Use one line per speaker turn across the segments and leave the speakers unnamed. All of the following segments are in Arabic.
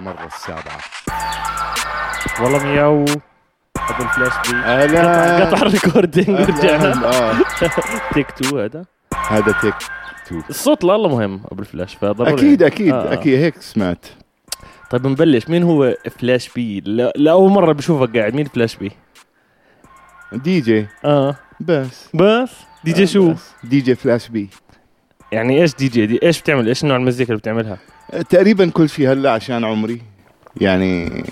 مرة السابعة
والله مياو ابو الفلاش دي
أهلا
قطع الريكوردينج رجعنا
أهلاً. آه
تيك تو هذا
هذا تيك تو
الصوت لله مهم ابو الفلاش فضروري
أكيد أكيد
آه.
أكيد هيك سمعت
طيب نبلش مين هو فلاش بي لا- لاول مرة بشوفك قاعد مين فلاش بي
دي جي
اه
بس
بس دي جي شو
بس. دي جي فلاش بي
يعني ايش دي جي دي ايش بتعمل ايش نوع المزيكا اللي بتعملها
تقريبا كل شيء هلا عشان عمري يعني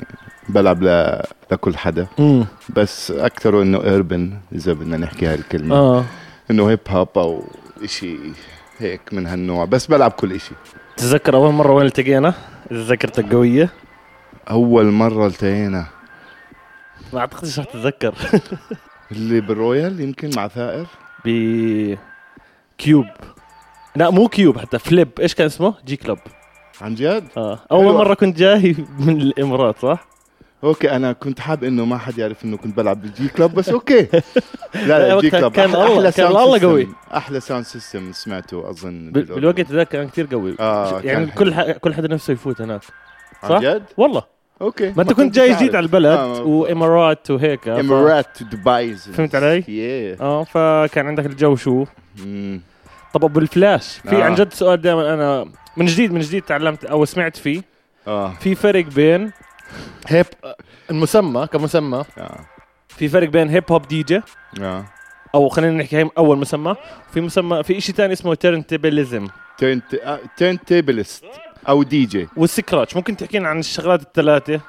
بلعب ل... لكل حدا
امم
بس اكثر انه اربن اذا بدنا نحكي هالكلمه
اه
انه هيب هوب او شيء هيك من هالنوع بس بلعب كل شيء
تتذكر اول مرة وين التقينا إذا ذاكرتك قوية
اول مره التقينا
ما اعتقدش رح تتذكر
اللي بالرويال يمكن مع ثائر
ب كيوب لا مو كيوب حتى فليب ايش كان اسمه جي كلوب
عن جد
اه اول
أيوة.
مره كنت جاي من الامارات صح؟
اوكي انا كنت حاب انه ما حد يعرف انه كنت بلعب بالجي كلاب بس اوكي لا لا
وقتها
جي كلاب
كان
أحلى-
الله-
أحلى
كان
sound
الله
system.
قوي.
احلى ساوند سيستم سمعته اظن
بال-
بالأردن.
بالوقت ذاك كان كثير قوي
آه،
يعني
كان
كل ح... كل حدا نفسه يفوت هناك
عن
صح؟
جد
والله
اوكي
ما انت كنت جاي
عارف.
جديد على البلد
آه، ما-
وامارات وهيك ف-
امارات دبي
فهمت علي؟
yeah. Hmm.
اه فكان عندك الجو شو
مم.
طب ابو الفلاش في
آه.
عن جد سؤال دائما انا من جديد من جديد تعلمت او سمعت فيه
اه
في فرق بين هيب المسمى كمسمى
اه
في فرق بين هيب هوب دي جي
اه
او خلينا نحكي هي اول مسمى في مسمى في شيء ثاني اسمه تيرنتبلزم
تيرن تيبلست او دي جي
والسكراتش ممكن تحكي لنا عن الشغلات الثلاثه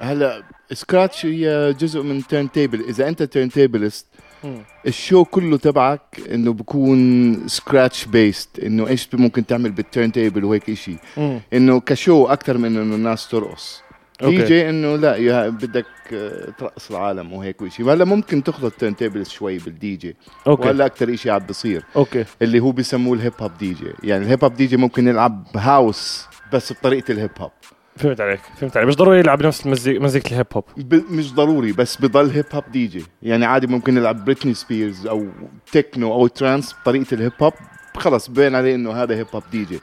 هلا سكراتش هي جزء من تيرن تيبل اذا انت تيرن تيبلست
مم.
الشو كله تبعك انه بكون سكراتش بيست انه ايش ممكن تعمل بالتيرن تيبل وهيك اشي
مم.
انه كشو اكثر من انه الناس ترقص
أوكي.
دي جي انه لا يا- بدك آه، ترقص العالم وهيك وشي هلا ممكن تخلط تيرن تيبل شوي بالدي جي
اوكي
وهلا اكثر شيء عم بصير
اوكي
اللي هو بسموه الهيب هوب دي جي يعني الهيب هوب دي جي ممكن يلعب هاوس بس بطريقه الهيب هوب
فهمت عليك فهمت عليك مش ضروري يلعب نفس المزيك مزيكة الهيب هوب
ب... مش ضروري بس بضل هيب هوب دي جي يعني عادي ممكن يلعب بريتني سبيرز او تكنو او ترانس بطريقه الهيب هوب خلص بين عليه انه هذا هيب هوب دي جي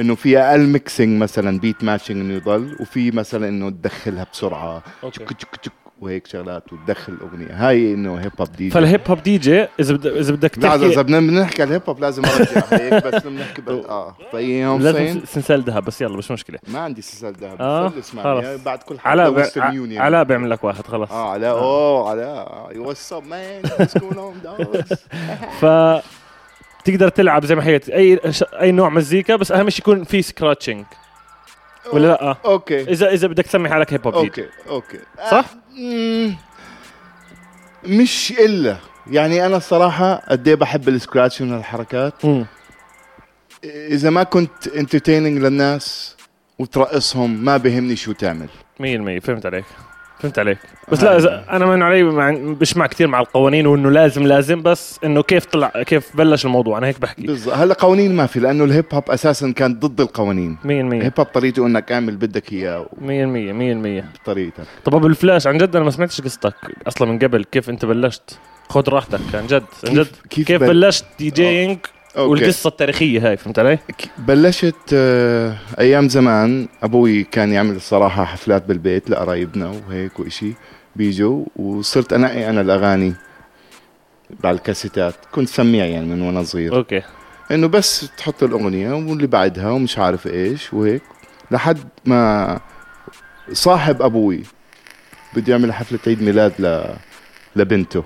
انه في اقل ميكسينج مثلا بيت ماتشنج انه يضل وفي مثلا انه تدخلها بسرعه
اوكي
تشك تشك وهيك شغلات وتدخل الاغنيه هاي انه هيب هوب دي جي
فالهيب هوب دي جي اذا بد... اذا بدك
لا اذا
تحكي
بدنا بنحكي على الهيب هوب لازم ارجع هيك بس بنحكي بس اه فاهم
لازم سنسال ذهب بس يلا مش مشكله
ما عندي سلسلة ذهب
آه،
خلص
خلص.
معي يعني بعد كل حلقة
علاء
Western
بع...
Union.
علاء بيعمل لك واحد خلاص
اه علاء اوه علاء واتس اب مان واتس جوينج اون دوز
ف تقدر تلعب زي ما حكيت اي ش... اي نوع مزيكا بس اهم شيء يكون في سكراتشنج ولا لا
اوكي
اذا اذا بدك تسمي حالك هيب هوب دي جي
اوكي اوكي
صح؟
آه، مم، مش الا يعني انا الصراحة قد ايه بحب السكراتش من الحركات
مم.
اذا ما كنت انترتيننج للناس وترقصهم ما بهمني شو تعمل
100% فهمت عليك فهمت عليك بس
آه.
لا إذا- انا من علي مع- بسمع كثير مع القوانين وانه لازم لازم بس انه كيف طلع كيف بلش الموضوع انا هيك بحكي 100%
بالظبط هلا قوانين ما في لانه الهيب هوب اساسا كان ضد
إيه.
القوانين الهيب هوب طريقته انك اعمل بدك اياه
100% 100%
بطريقتك
طب ابو الفلاش عن جد انا ما سمعتش قصتك اصلا من قبل كيف انت بلشت خذ راحتك عن جد عن
كيف-
جد
كيف
كيف
بل- آه،
بلشت دي جينج
أوكي.
والقصه التاريخيه هاي فهمت علي؟
بلشت آه، ايام زمان ابوي كان يعمل الصراحه حفلات بالبيت لقرايبنا وهيك وإشي بيجوا وصرت إيه، انقي انا الاغاني على الكاسيتات كنت سميع يعني من وانا صغير
اوكي
انه بس تحط الاغنيه واللي بعدها ومش عارف ايش وهيك لحد ما صاحب ابوي بده يعمل حفله عيد ميلاد ل... لبنته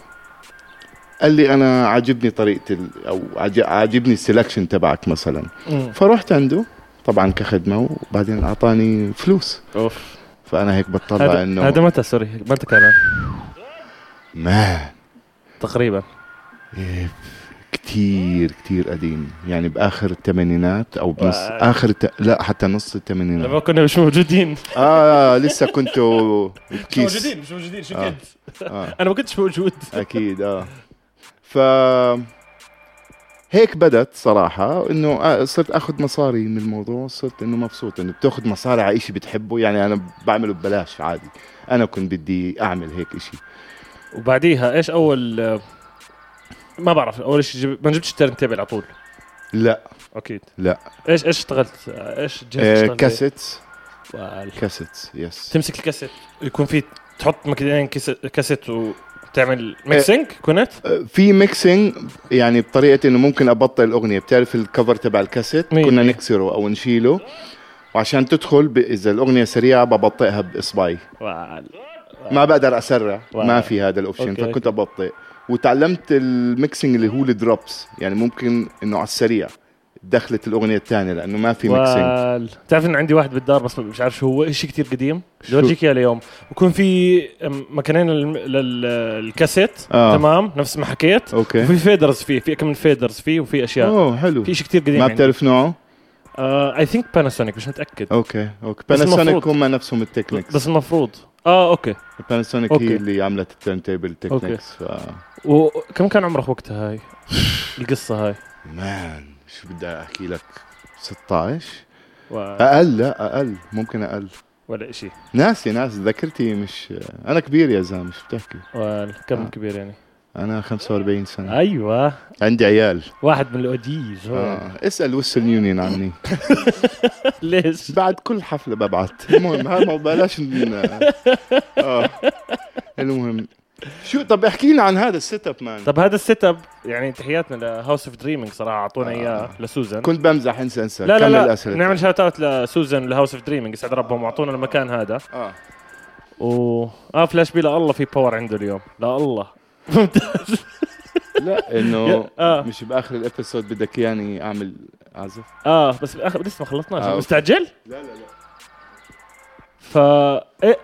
قال لي انا عاجبني طريقه ال... او عاج- عاجبني السelection تبعك مثلا
أمم.
فرحت عنده طبعا كخدمه وبعدين اعطاني فلوس
اوف
فانا هيك بطلع
هذا
انه
هذا متى سوري متى كان
ما
تقريبا
إيه، كتير كتير قديم يعني باخر الثمانينات او بنص
واي.
اخر الت... لا حتى نص الثمانينات
لما كنا مش موجودين
اه لسه كنتوا
مش
بكيس
موجودين مش موجودين شو
آه.
كنت؟
آه.
انا ما كنتش موجود
اكيد اه ف هيك بدت صراحة انه آه، صرت اخذ مصاري من الموضوع صرت انه مبسوط انه بتاخذ مصاري على شيء بتحبه يعني انا بعمله ببلاش عادي انا كنت بدي اعمل هيك شيء
وبعديها ايش اول ما بعرف اول شيء جب... ما جبتش تيرن تيبل على طول
لا
اكيد
لا
ايش ايش اشتغلت ايش جهاز
آه
اشتغلت
كاسيت
فال-
كاسيتس يس
تمسك الكاسيت يكون في تحط مكانين كاس- كاسيت وتعمل
آه.
ميكسينج كنت
في ميكسينج يعني بطريقه انه ممكن ابطل الاغنيه بتعرف الكفر تبع الكاسيت
مية
كنا
مية.
نكسره او نشيله وعشان تدخل ب... اذا الاغنيه سريعه ببطئها باصبعي
فال-
ما بقدر اسرع
واو.
ما في هذا الاوبشن
أوكي،
فكنت ابطئ وتعلمت الميكسينج اللي هو الدروبس يعني ممكن انه على السريع دخلت الاغنيه الثانيه لانه ما في ميكسينج
وال... بتعرف ان عندي واحد بالدار بس مش عارف شو هو شيء كتير قديم بدي
شو؟
اورجيك اياه اليوم بكون في مكانين للم- لل- للكاسيت
آه.
تمام نفس ما حكيت
اوكي
وفي فيدرز فيه في كم من فيدرز فيه وفي اشياء
اوه حلو
في شيء كتير قديم يعني. آه،
ما بتعرف نوعه
اي ثينك باناسونيك مش متاكد
اوكي اوكي
بس المفروض.
باناسونيك هم نفسهم التكنيكس
بس المفروض اه اوكي
باناسونيك
أوكي.
هي اللي عملت التيرن تيبل
أوكي.
تكنيكس ف...
وكم كان عمرك وقتها هاي القصه هاي
مان شو بدي احكي لك 16
و-
اقل لا اقل ممكن اقل
ولا شيء
ناسي ناس ذاكرتي مش انا كبير يا زلمه مش بتحكي
كم
آه.
كبير يعني
انا 45 سنه
ايوه
عندي عيال
واحد من الاوديز هو.
آه. اسال ويسترن يونيون عني
ليش
بعد كل حفله ببعت المهم هاي ما بلاش ن- آه. المهم شو طب احكي لنا عن هذا السيت اب مان
طب هذا السيت اب يعني تحياتنا لهاوس اوف دريمينج صراحه اعطونا
آه.
اياه لسوزن
كنت بمزح انسى انسى
لا
كمل
لا لا
الأسئلة.
نعمل شوت اوت لسوزن لهاوس اوف دريمينج يسعد ربهم واعطونا المكان هذا
اه
و اه فلاش بي لا الله في باور عنده اليوم لا الله
لا انه
آه.
مش باخر الابيسود بدك يعني اعمل عزف
اه بس بالاخر لسه ما خلصناش
آه، أوكي.
مستعجل
لا لا لا
ف إيه،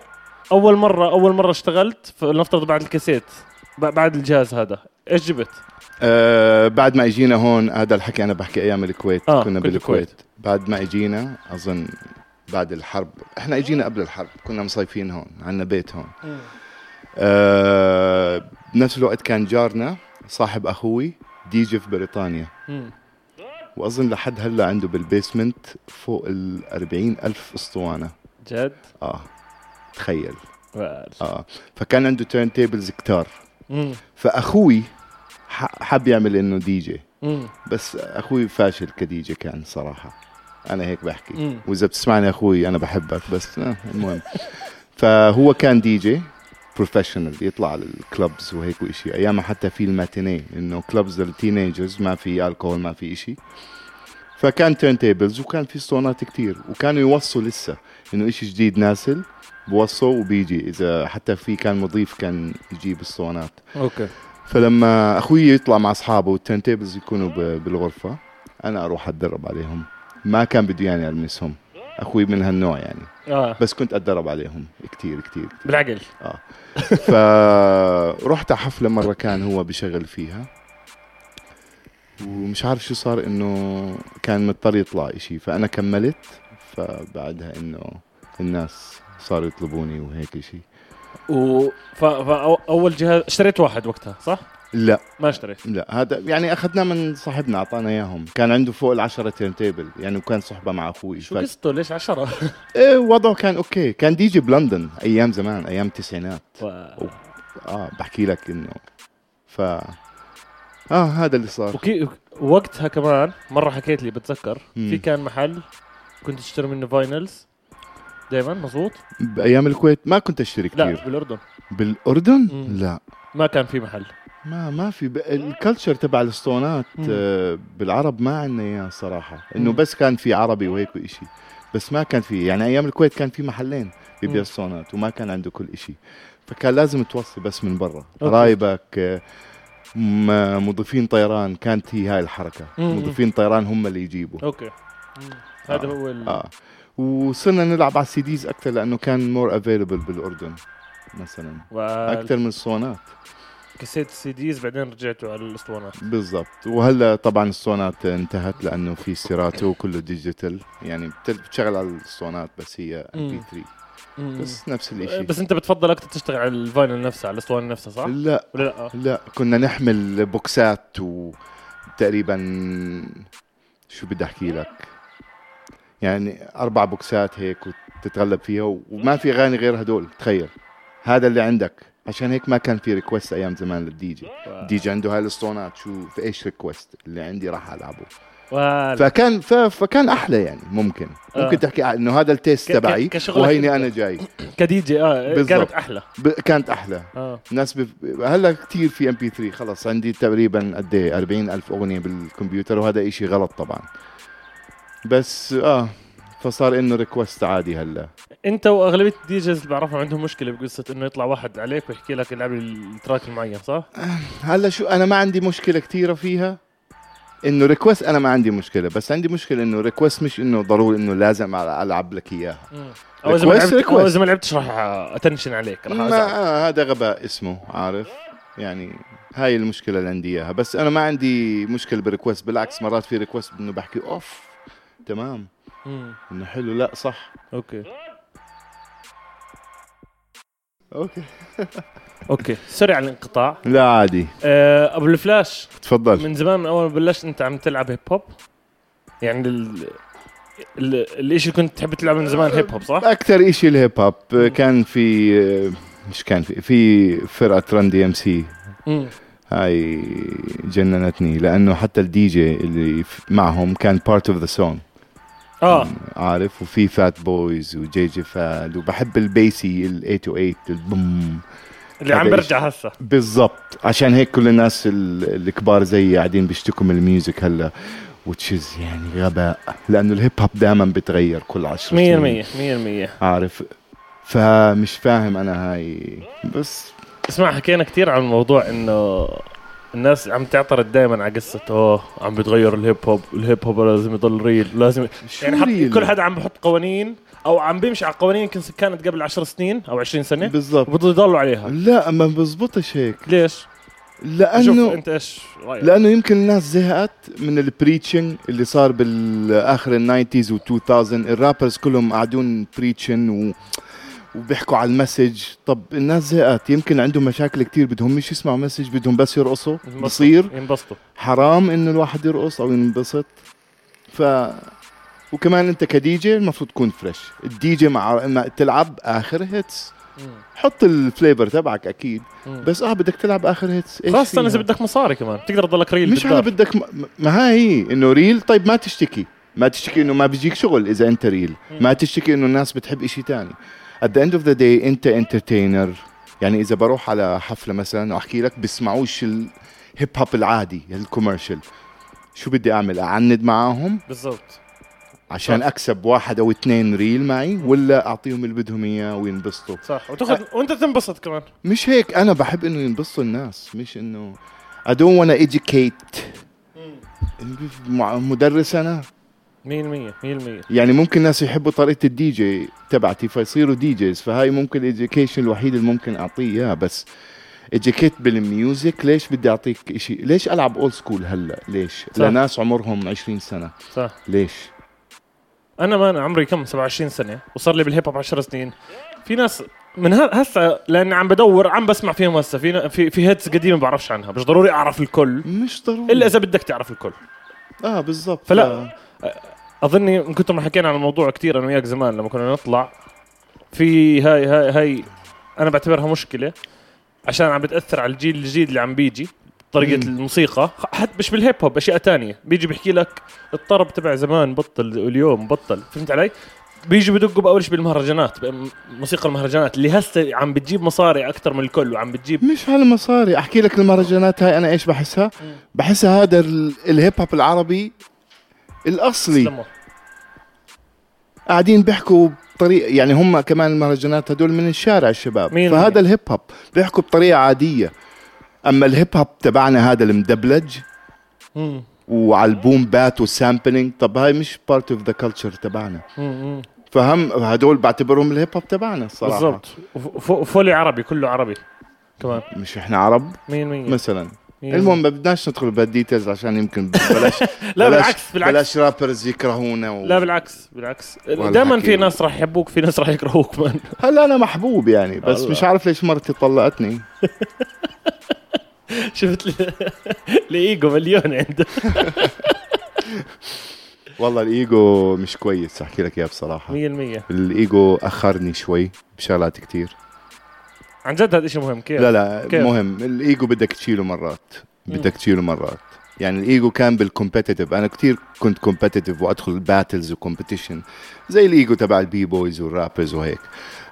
اول مره اول مره اشتغلت فلنفترض بعد الكاسيت ب- بعد الجهاز هذا ايش جبت؟
آه بعد ما اجينا هون هذا الحكي انا بحكي ايام الكويت
آه،
آه
كنت
كنا بالكويت بعد ما اجينا اظن بعد الحرب احنا اجينا قبل الحرب كنا مصيفين هون عندنا بيت هون آه بنفس الوقت كان جارنا صاحب اخوي دي جي في بريطانيا
مم.
واظن لحد هلا عنده بالبيسمنت فوق ال 40 الف اسطوانه
جد؟
اه تخيل
وال.
اه فكان عنده تيرن تيبلز كتار
مم.
فاخوي ح- حب يعمل انه دي جي
مم.
بس اخوي فاشل كديجه كان صراحه انا هيك بحكي
مم.
واذا بتسمعني يا اخوي انا بحبك بس آه المهم فهو كان دي جي بروفيشنال يطلع على الكلبز وهيك وإشي ايامها حتى في الماتيني انه كلبز للتينيجرز ما في الكحول ما في إشي فكان تيرن تيبلز وكان في اسطوانات كتير وكانوا يوصوا لسه انه إشي جديد نازل بوصوا وبيجي اذا حتى في كان مضيف كان يجيب اسطوانات
اوكي
فلما اخوي يطلع مع اصحابه والتيرن تيبلز يكونوا ب- بالغرفه انا اروح اتدرب عليهم ما كان بده يعني المسهم اخوي من هالنوع يعني
اه
بس كنت اتدرب عليهم كتير كتير
بالعقل
فرحت على حفله مره كان هو بشغل فيها ومش عارف شو صار انه كان مضطر يطلع اشي فانا كملت فبعدها انه الناس صاروا يطلبوني وهيك اشي
و ف... فاول جهاز اشتريت واحد وقتها صح؟
لا
ما اشتريت
لا هذا يعني اخذناه من صاحبنا اعطانا اياهم كان عنده فوق العشرة تيرن تيبل يعني وكان صحبه مع اخوي
شو قصته ليش عشرة؟
ايه وضعه كان اوكي كان دي جي بلندن ايام زمان ايام التسعينات
و...
اه بحكي لك انه ف اه هذا اللي صار
وكي... وقتها كمان مرة حكيت لي بتذكر
مم.
في كان محل كنت اشتري منه فاينلز دائما مزبوط
بايام الكويت ما كنت اشتري
لا
كثير
بالاردن
بالاردن
مم.
لا
ما كان في محل
ما ما في ب... الكلتشر تبع الاسطوانات
مم.
آه، بالعرب ما عندنا اياه صراحه انه
مم.
بس كان في عربي وهيك وإشي بس ما كان في يعني ايام الكويت كان في محلين
مم.
بيبيع اسطوانات وما كان عنده كل إشي فكان لازم توصي بس من برا
أوكي.
قرايبك آه، م- مضيفين طيران كانت هي هاي الحركه
مم.
مضيفين طيران هم اللي يجيبوا
اوكي مم. هذا
آه.
هو ال...
اه وصرنا نلعب على السي ديز اكثر لانه كان مور افيلبل بالاردن مثلا
وال-
اكثر من الصونات
كسيت السي ديز بعدين رجعتوا على الاسطوانات
بالضبط وهلا طبعا الصونات انتهت لانه في سيراتو كله ديجيتال يعني بت- بتشتغل على الصونات بس هي ام
مم.
بي 3 بس نفس
مم.
الاشي
آه، بس انت بتفضل اكثر تشتغل على الفاينل نفسها على الاسطوانه نفسها صح؟
لا
ولا لا؟
لا كنا نحمل بوكسات وتقريبا شو بدي احكي لك يعني اربع بوكسات هيك وتتغلب فيها وما في اغاني غير هدول تخيل هذا اللي عندك عشان هيك ما كان في ريكوست ايام زمان للدي جي
و-
دي جي عنده هاي الاسطوانات شو في ايش ريكوست اللي عندي راح العبه
وهلا.
فكان ف- فكان احلى يعني ممكن
آه.
ممكن تحكي عن- انه هذا التيست
ك- ك-
تبعي
كشغلك
وهيني
أنت.
انا جاي
كدي جي اه
بالضبط.
كانت احلى
ب- كانت احلى
اه
الناس بف... هلا كتير في ام بي 3 خلص عندي تقريبا قد ايه 40 الف اغنيه بالكمبيوتر وهذا إشي غلط طبعا بس اه فصار انه ريكوست عادي هلا
انت واغلبيه الديجيز اللي بعرفهم عندهم مشكله بقصه انه يطلع واحد عليك ويحكي لك العب لي التراك المعين صح؟
هلا شو انا ما عندي مشكله كتيره فيها انه ريكوست انا ما عندي مشكله بس عندي مشكله انه ريكوست مش انه ضروري انه لازم على- العب لك اياها
او اذا ما
Request-
لعبت او
request.
اذا ما لعبتش راح اتنشن عليك راح
ما
ازعل
آه هذا غباء اسمه عارف يعني هاي المشكله اللي عندي اياها بس انا ما عندي مشكله بريكوست بالعكس مرات في ريكوست انه بحكي اوف تمام
مم.
انه حلو لا صح
اوكي
اوكي
اوكي سوري على الانقطاع
لا عادي
آه، ابو الفلاش
تفضل
من زمان من اول ما بلشت انت عم تلعب هيب هوب يعني ال... ال... الاشي كنت تحب تلعبه من زمان هيب هوب صح؟
اكثر إشي الهيب هوب كان في مش كان في في فرقه ران دي ام سي
مم.
هاي جننتني لانه حتى الدي جي اللي ف- معهم كان بارت اوف ذا سونج
اه
عارف وفي فات بويز وجي جي فاد وبحب البيسي ال 808 البوم
اللي عم
هذا
برجع هسه
بالضبط عشان هيك كل الناس ال- الكبار زيي قاعدين بيشتكوا من الميوزك هلا وتشيز يعني غباء لانه الهيب هوب دائما بتغير كل 10 سنين
100% 100%
عارف فمش فاهم انا هاي بس
اسمع حكينا كثير عن الموضوع انه الناس عم تعترض دائما على قصه اوه عم بتغير الهيب هوب الهيب هوب لازم يضل ريل لازم يعني حط
ريل؟
كل حدا عم بحط قوانين او عم بيمشي على قوانين كن- كانت قبل 10 سنين او 20 سنه
بالضبط
وبضلوا يضلوا عليها
لا ما بزبطش هيك
ليش؟ شوف
لانه
انت ايش رايك؟
لانه يمكن الناس زهقت من البريتشنج اللي صار بالاخر الناينتيز و2000 الرابرز كلهم قاعدون بريتشن و وبيحكوا على المسج طب الناس زهقت يمكن عندهم مشاكل كتير بدهم مش يسمعوا مسج بدهم بس يرقصوا
ينبسطوا-
بصير
ينبسطوا
حرام انه الواحد يرقص او ينبسط ف وكمان انت كديجي المفروض تكون فريش الديجي مع... مع تلعب اخر هيتس
مم.
حط الفليفر تبعك اكيد
مم.
بس اه بدك تلعب اخر هيتس إيش
خاصة
فيها؟
اذا بدك مصاري كمان بتقدر تضلك ريل
مش على
بالدار.
بدك م- ما هاي هي انه ريل طيب ما تشتكي ما تشتكي انه ما بيجيك شغل اذا انت ريل ما تشتكي انه الناس بتحب اشي تاني at the end of the day انت انترتينر يعني اذا بروح على حفله مثلا واحكي لك بسمعوش الهيب هوب العادي الكوميرشال شو بدي اعمل اعند معاهم
بالضبط
عشان اكسب واحد او اثنين ريل معي ولا اعطيهم اللي بدهم اياه وينبسطوا
صح وتاخذ وانت تنبسط كمان
مش هيك انا بحب انه ينبسطوا الناس مش انه I don't wanna educate مع- مدرس انا
100% 100%
يعني ممكن ناس يحبوا طريقه الدي جي تبعتي فيصيروا دي جيز فهاي ممكن الاديوكيشن الوحيد اللي ممكن اعطيه اياه بس اديوكيت بالميوزك ليش بدي اعطيك إشي ليش العب اولد سكول هلا ليش
صح.
لناس عمرهم 20 سنه
صح
ليش
انا ما أنا عمري كم 27 سنه وصار لي بالهيب هوب 10 سنين في ناس من ه- هسه لاني عم بدور عم بسمع فيهم هسه في ن- في في هيدز قديمه بعرفش عنها مش ضروري اعرف الكل
مش ضروري
الا اذا بدك تعرف الكل
اه بالضبط
فلا. اظني من كثر ما حكينا عن الموضوع كثير انا وياك زمان لما كنا نطلع في هاي هاي هاي انا بعتبرها مشكله عشان عم بتاثر على الجيل الجديد اللي عم بيجي طريقة
مم.
الموسيقى خ- حتى مش بالهيب هوب اشياء تانية بيجي بيحكي لك الطرب تبع زمان بطل واليوم بطل فهمت علي؟ بيجي بدقوا باول شيء بالمهرجانات بم- موسيقى المهرجانات اللي هسه عم بتجيب مصاري اكثر من الكل وعم بتجيب
مش هالمصاري احكي لك المهرجانات هاي انا ايش بحسها بحسها هذا ال- الهيب هوب العربي الاصلي
دمر.
قاعدين بيحكوا بطريقه يعني هم كمان المهرجانات هدول من الشارع الشباب
مين
فهذا
مين؟
الهيب هوب بيحكوا بطريقه عاديه اما الهيب هوب تبعنا هذا المدبلج
مم.
وعلى البوم بات والسامبلينج طب هاي مش بارت اوف ذا كلتشر تبعنا
مم. مم.
فهم هدول بعتبرهم الهيب هوب تبعنا الصراحه
بالضبط وف- وف- فولي عربي كله عربي كمان
مش احنا عرب
100%
مثلا
مية
المهم ما بدناش ندخل بهالديتيلز عشان يمكن بلاش
لا
بلاش-
بالعكس بالعكس
بلاش رابرز يكرهونا و...
لا بالعكس بالعكس
والله
دائما
حكي.
في ناس راح يحبوك في ناس راح يكرهوك كمان
هلا انا محبوب يعني بس
الله.
مش عارف ليش مرتي طلقتني
شفت ال- الايجو مليون عنده
والله الايجو مش كويس احكي لك اياه بصراحه
100%
الايجو اخرني شوي بشغلات كتير
عن جد هذا شيء مهم كيف
لا لا
كيف؟
مهم الايجو بدك تشيله مرات بدك تشيله مرات يعني الايجو كان بالكومبتيتيف انا كتير كنت كومبتيتيف وادخل باتلز وكومبتيشن زي الايجو تبع البي بويز والرابرز وهيك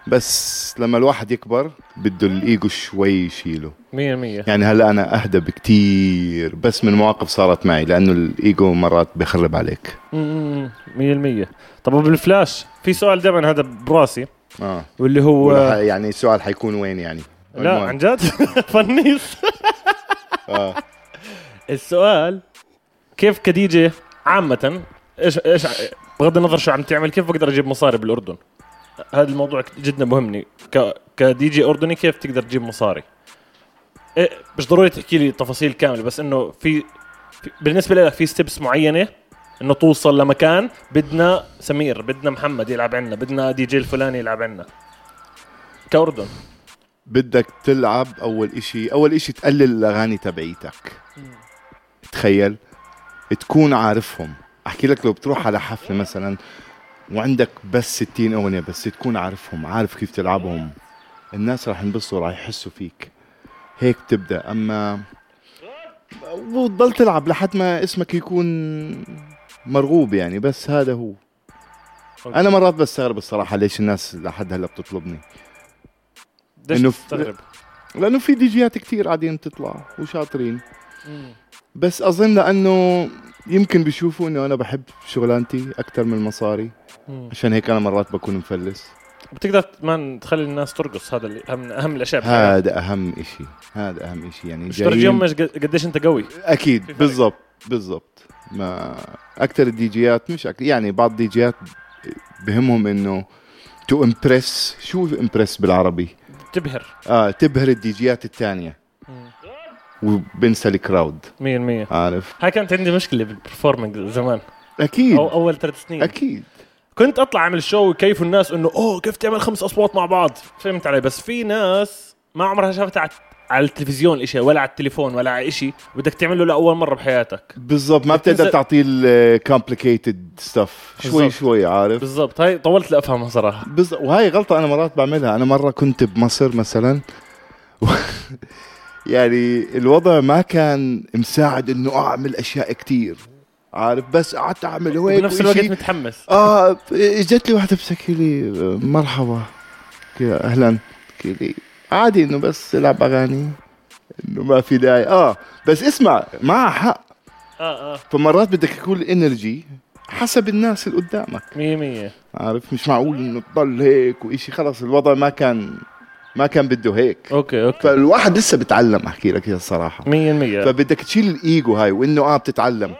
بس لما الواحد يكبر بده الايجو شوي يشيله
100%
يعني هلا انا اهدى بكتير بس من مواقف صارت معي لانه الايجو مرات بخرب عليك
أمم، 100% طب وبالفلاش في سؤال دائما هذا براسي
اه
واللي هو
ولا ح- يعني السؤال حيكون وين يعني
لا
المهم.
عن جد فنيس
آه.
السؤال كيف كديجة عامة ايش ايش بغض النظر شو عم تعمل كيف بقدر اجيب مصاري بالاردن؟ هذا الموضوع جدا مهمني ك كديجي اردني كيف تقدر تجيب مصاري؟ إيه مش ضروري تحكي لي تفاصيل كامله بس انه في, في بالنسبه لك في ستيبس معينه انه توصل لمكان بدنا سمير بدنا محمد يلعب عنا بدنا دي جي الفلاني يلعب عنا كاردن
بدك تلعب اول اشي اول اشي تقلل الاغاني تبعيتك تخيل تكون عارفهم احكي لك لو بتروح على حفله مثلا وعندك بس 60 اغنيه بس تكون عارفهم عارف كيف تلعبهم الناس راح ينبسطوا راح يحسوا فيك هيك بتبدا اما وتضل تلعب لحد ما اسمك يكون مرغوب يعني بس هذا هو انا مرات بستغرب الصراحه ليش الناس لحد هلا بتطلبني
ليش
إنه في-
تستغرب؟
لانه في دي جيات كثير قاعدين تطلع وشاطرين بس اظن لانه يمكن بيشوفوا انه انا بحب شغلانتي اكثر من المصاري
مم.
عشان هيك انا مرات بكون مفلس
بتقدر ما تخلي الناس ترقص هذا اللي اهم اهم الاشياء بالحياة.
هذا اهم إشي هذا اهم إشي يعني
مش درجة
جايين
يوم قديش انت قوي
اكيد
فرق.
بالضبط بالضبط ما اكثر الدي جيات مش أكتر يعني بعض الدي جيات بهمهم انه تو امبرس شو امبرس بالعربي
تبهر
اه تبهر الدي جيات الثانيه وبنسى الكراود
100%
عارف
هاي كانت عندي مشكله بالبرفورمنج زمان
اكيد
او اول ثلاث سنين
اكيد
كنت اطلع اعمل شو وكيفوا الناس انه اوه كيف تعمل خمس اصوات مع بعض فهمت علي بس في ناس ما عمرها شافتها على- على التلفزيون إشي ولا على التليفون ولا على إشي بدك تعمله لاول مره بحياتك
بالضبط ما
بتنزل-
بتقدر تعطيه الكومبليكيتد ستاف شوي
بالضبط.
شوي عارف
بالضبط هاي طولت لافهمها صراحه
بز... وهاي غلطة أنا مرات بعملها أنا مرة كنت بمصر مثلا و... يعني الوضع ما كان مساعد إنه أعمل أشياء كتير عارف بس قعدت أعمل هيك
بنفس الوقت
وإشي.
متحمس
آه إجت لي واحدة بتحكي لي مرحبا كده، أهلا بتحكي لي عادي إنه بس ألعب أغاني إنه ما في داعي آه بس اسمع معها حق
اه اه
فمرات بدك يكون الانرجي حسب الناس اللي قدامك
100%
عارف مش معقول انه تضل هيك وإشي خلص الوضع ما كان ما كان بده هيك
اوكي اوكي
فالواحد لسه بتعلم احكي لك يا الصراحه
100%
فبدك تشيل الايجو هاي وانه اه بتتعلم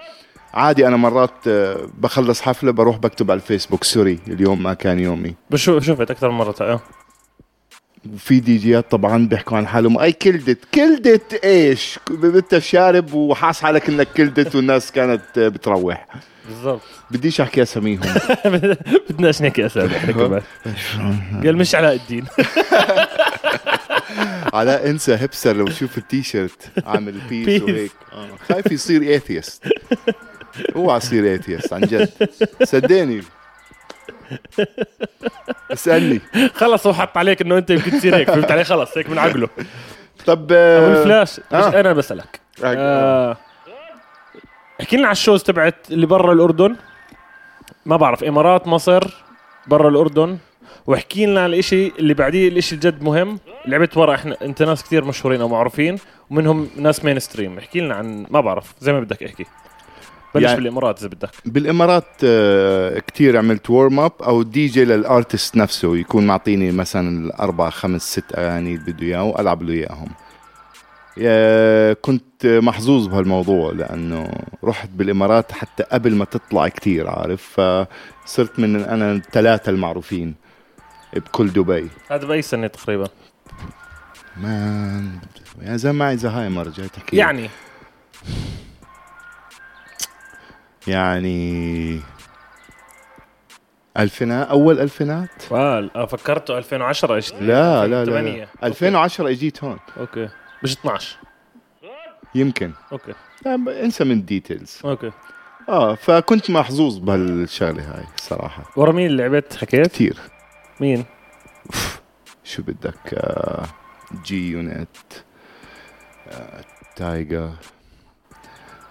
عادي انا مرات آه، بخلص حفله بروح بكتب على الفيسبوك سوري اليوم ما كان يومي
بشوف شفت اكثر من مره اه
في دي جيات طبعا بيحكوا عن حالهم اي كلدت كلدت ايش انت شارب وحاس حالك انك كلدت والناس كانت آه، بتروح
بالضبط
بديش احكي اساميهم
بدناش نحكي اسامي إحنا كمان. قال مش علاء الدين
علاء انسى هبسر لو شوف التيشيرت عامل بيس
بيس.
وهيك آه. خايف يصير ايثيست اوعى يصير ايثيست عن جد صدقني اسالني
خلص هو حط عليك انه انت يمكن تصير هيك فهمت علي خلص هيك من عقله
طب
ابو
آه،
الفلاش مش
آه.
انا بسالك
آه،
آه، احكي لنا على الشوز تبعت اللي برا الاردن ما بعرف امارات مصر برا الاردن واحكي لنا عن الاشي اللي بعديه الاشي الجد مهم لعبت ورا احنا انت ناس كثير مشهورين او معروفين ومنهم ناس مين ستريم احكي لنا عن ما بعرف زي ما بدك احكي بلش
يعني-
بالامارات اذا بدك
بالامارات آه، كتير عملت ورم اب او دي جي للارتست نفسه يكون معطيني مثلا اربع خمس ست اغاني اللي بده اياه والعب له اياهم آه، كنت محظوظ بهالموضوع لانه رحت بالامارات حتى قبل ما تطلع كتير عارف فصرت من انا الثلاثه المعروفين بكل دبي
هذا باي سنه تقريبا
مان يا زلمه معي زهايمر جاي تحكي لي.
يعني
يعني الفينات اول الفينات
وال آه، فكرته 2010 ايش
لا لا لا, لا.
2008.
2010 اجيت هون
اوكي مش 12
يمكن
اوكي
لا، ب- انسى من الديتيلز
اوكي
اه فكنت محظوظ بهالشغله هاي الصراحه
ورا مين اللي لعبت حكيت
كثير
مين
شو بدك آه، جي يونت آه، تايجا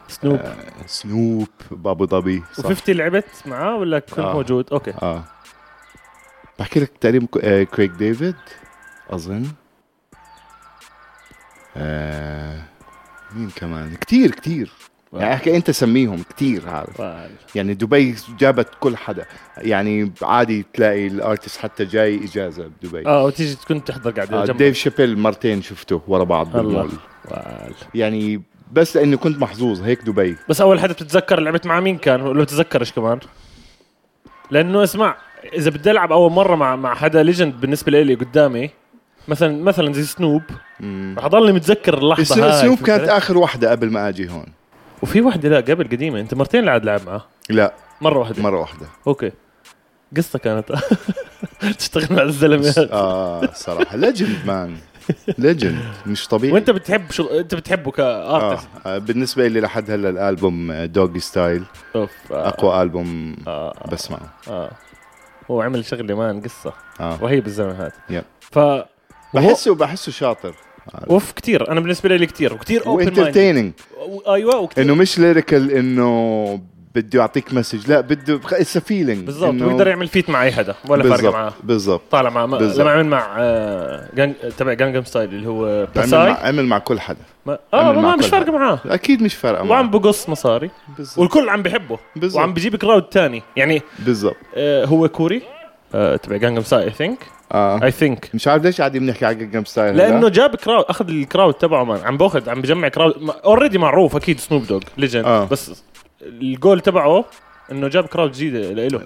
سنوب
سنوب بابو ظبي صح
و50 لعبت معاه ولا كنت
آه.
موجود اوكي
اه بحكي لك تقريبا كو- آه، كريك ديفيد اظن آه مين كمان كتير كتير يعني احكي انت سميهم كتير عارف
وال-
يعني دبي جابت كل حدا يعني عادي تلاقي الارتست حتى جاي اجازه بدبي
اه وتيجي كنت تحضر
آه
قاعده جنب
ديف شابيل مرتين شفته ورا بعض
الله.
بالمول
وال-
يعني بس لانه كنت محظوظ هيك دبي
بس اول حدا بتتذكر لعبت مع مين كان لو تتذكرش كمان لانه اسمع اذا بدي العب اول مره مع مع حدا ليجند بالنسبه لي قدامي مثلا مثلا زي سنوب
مم.
رح اضلني متذكر اللحظه
سنو-
هاي
سنوب
فهمت
كانت
علي؟
اخر واحده قبل ما اجي هون
وفي وحده لا قبل قديمه انت مرتين لعب لعب معها
لا
مره واحده
مره واحده
اوكي قصه كانت تشتغل مع الزلمه
بس-
هذا.
اه صراحه ليجند مان ليجند مش طبيعي
وانت بتحب شغ... انت بتحبه
آه.
كارتست
آه، بالنسبه لي لحد هلا الالبوم دوغ ستايل
اوف آه.
اقوى البوم
آه.
بسمعه
اه هو عمل شغله مان قصه
اه
رهيب الزلمه
يب.
هذا ف بحس
بحسه بحسه شاطر
اوف كثير انا بالنسبه لي كثير وكثير اوبن مايند
وانترتيننج
ايوه وكثير
انه مش ليريكال انه بده يعطيك مسج لا بده اتس فيلينج
بالضبط ويقدر يعمل فيت مع اي حدا ولا فارقه معاه
بالضبط
طالع مع ما...
بالضبط.
لما عمل مع آه... جانج... تبع جانجم ستايل اللي هو
عمل
باساي
مع, عمل مع كل حدا
ما... اه
عمل مع
ما مش
كل
فارقه معاه
اكيد مش فارقه
وعم
معه
بقص مصاري
بالضبط
والكل عم بحبه
بالضبط.
وعم بجيب كراود تاني يعني
بالضبط
آه هو كوري آه تبع جانجم ستايل اي ثينك
اه
اي ثينك
مش عارف ليش قاعدين بنحكي على جيم ستايل
لانه جاب كراود اخذ الكراود تبعه مان عم باخذ عم بجمع كراود اوريدي معروف اكيد سنوب دوغ ليجند
آه.
آه. بس الجول تبعه انه جاب كراود جديده لإله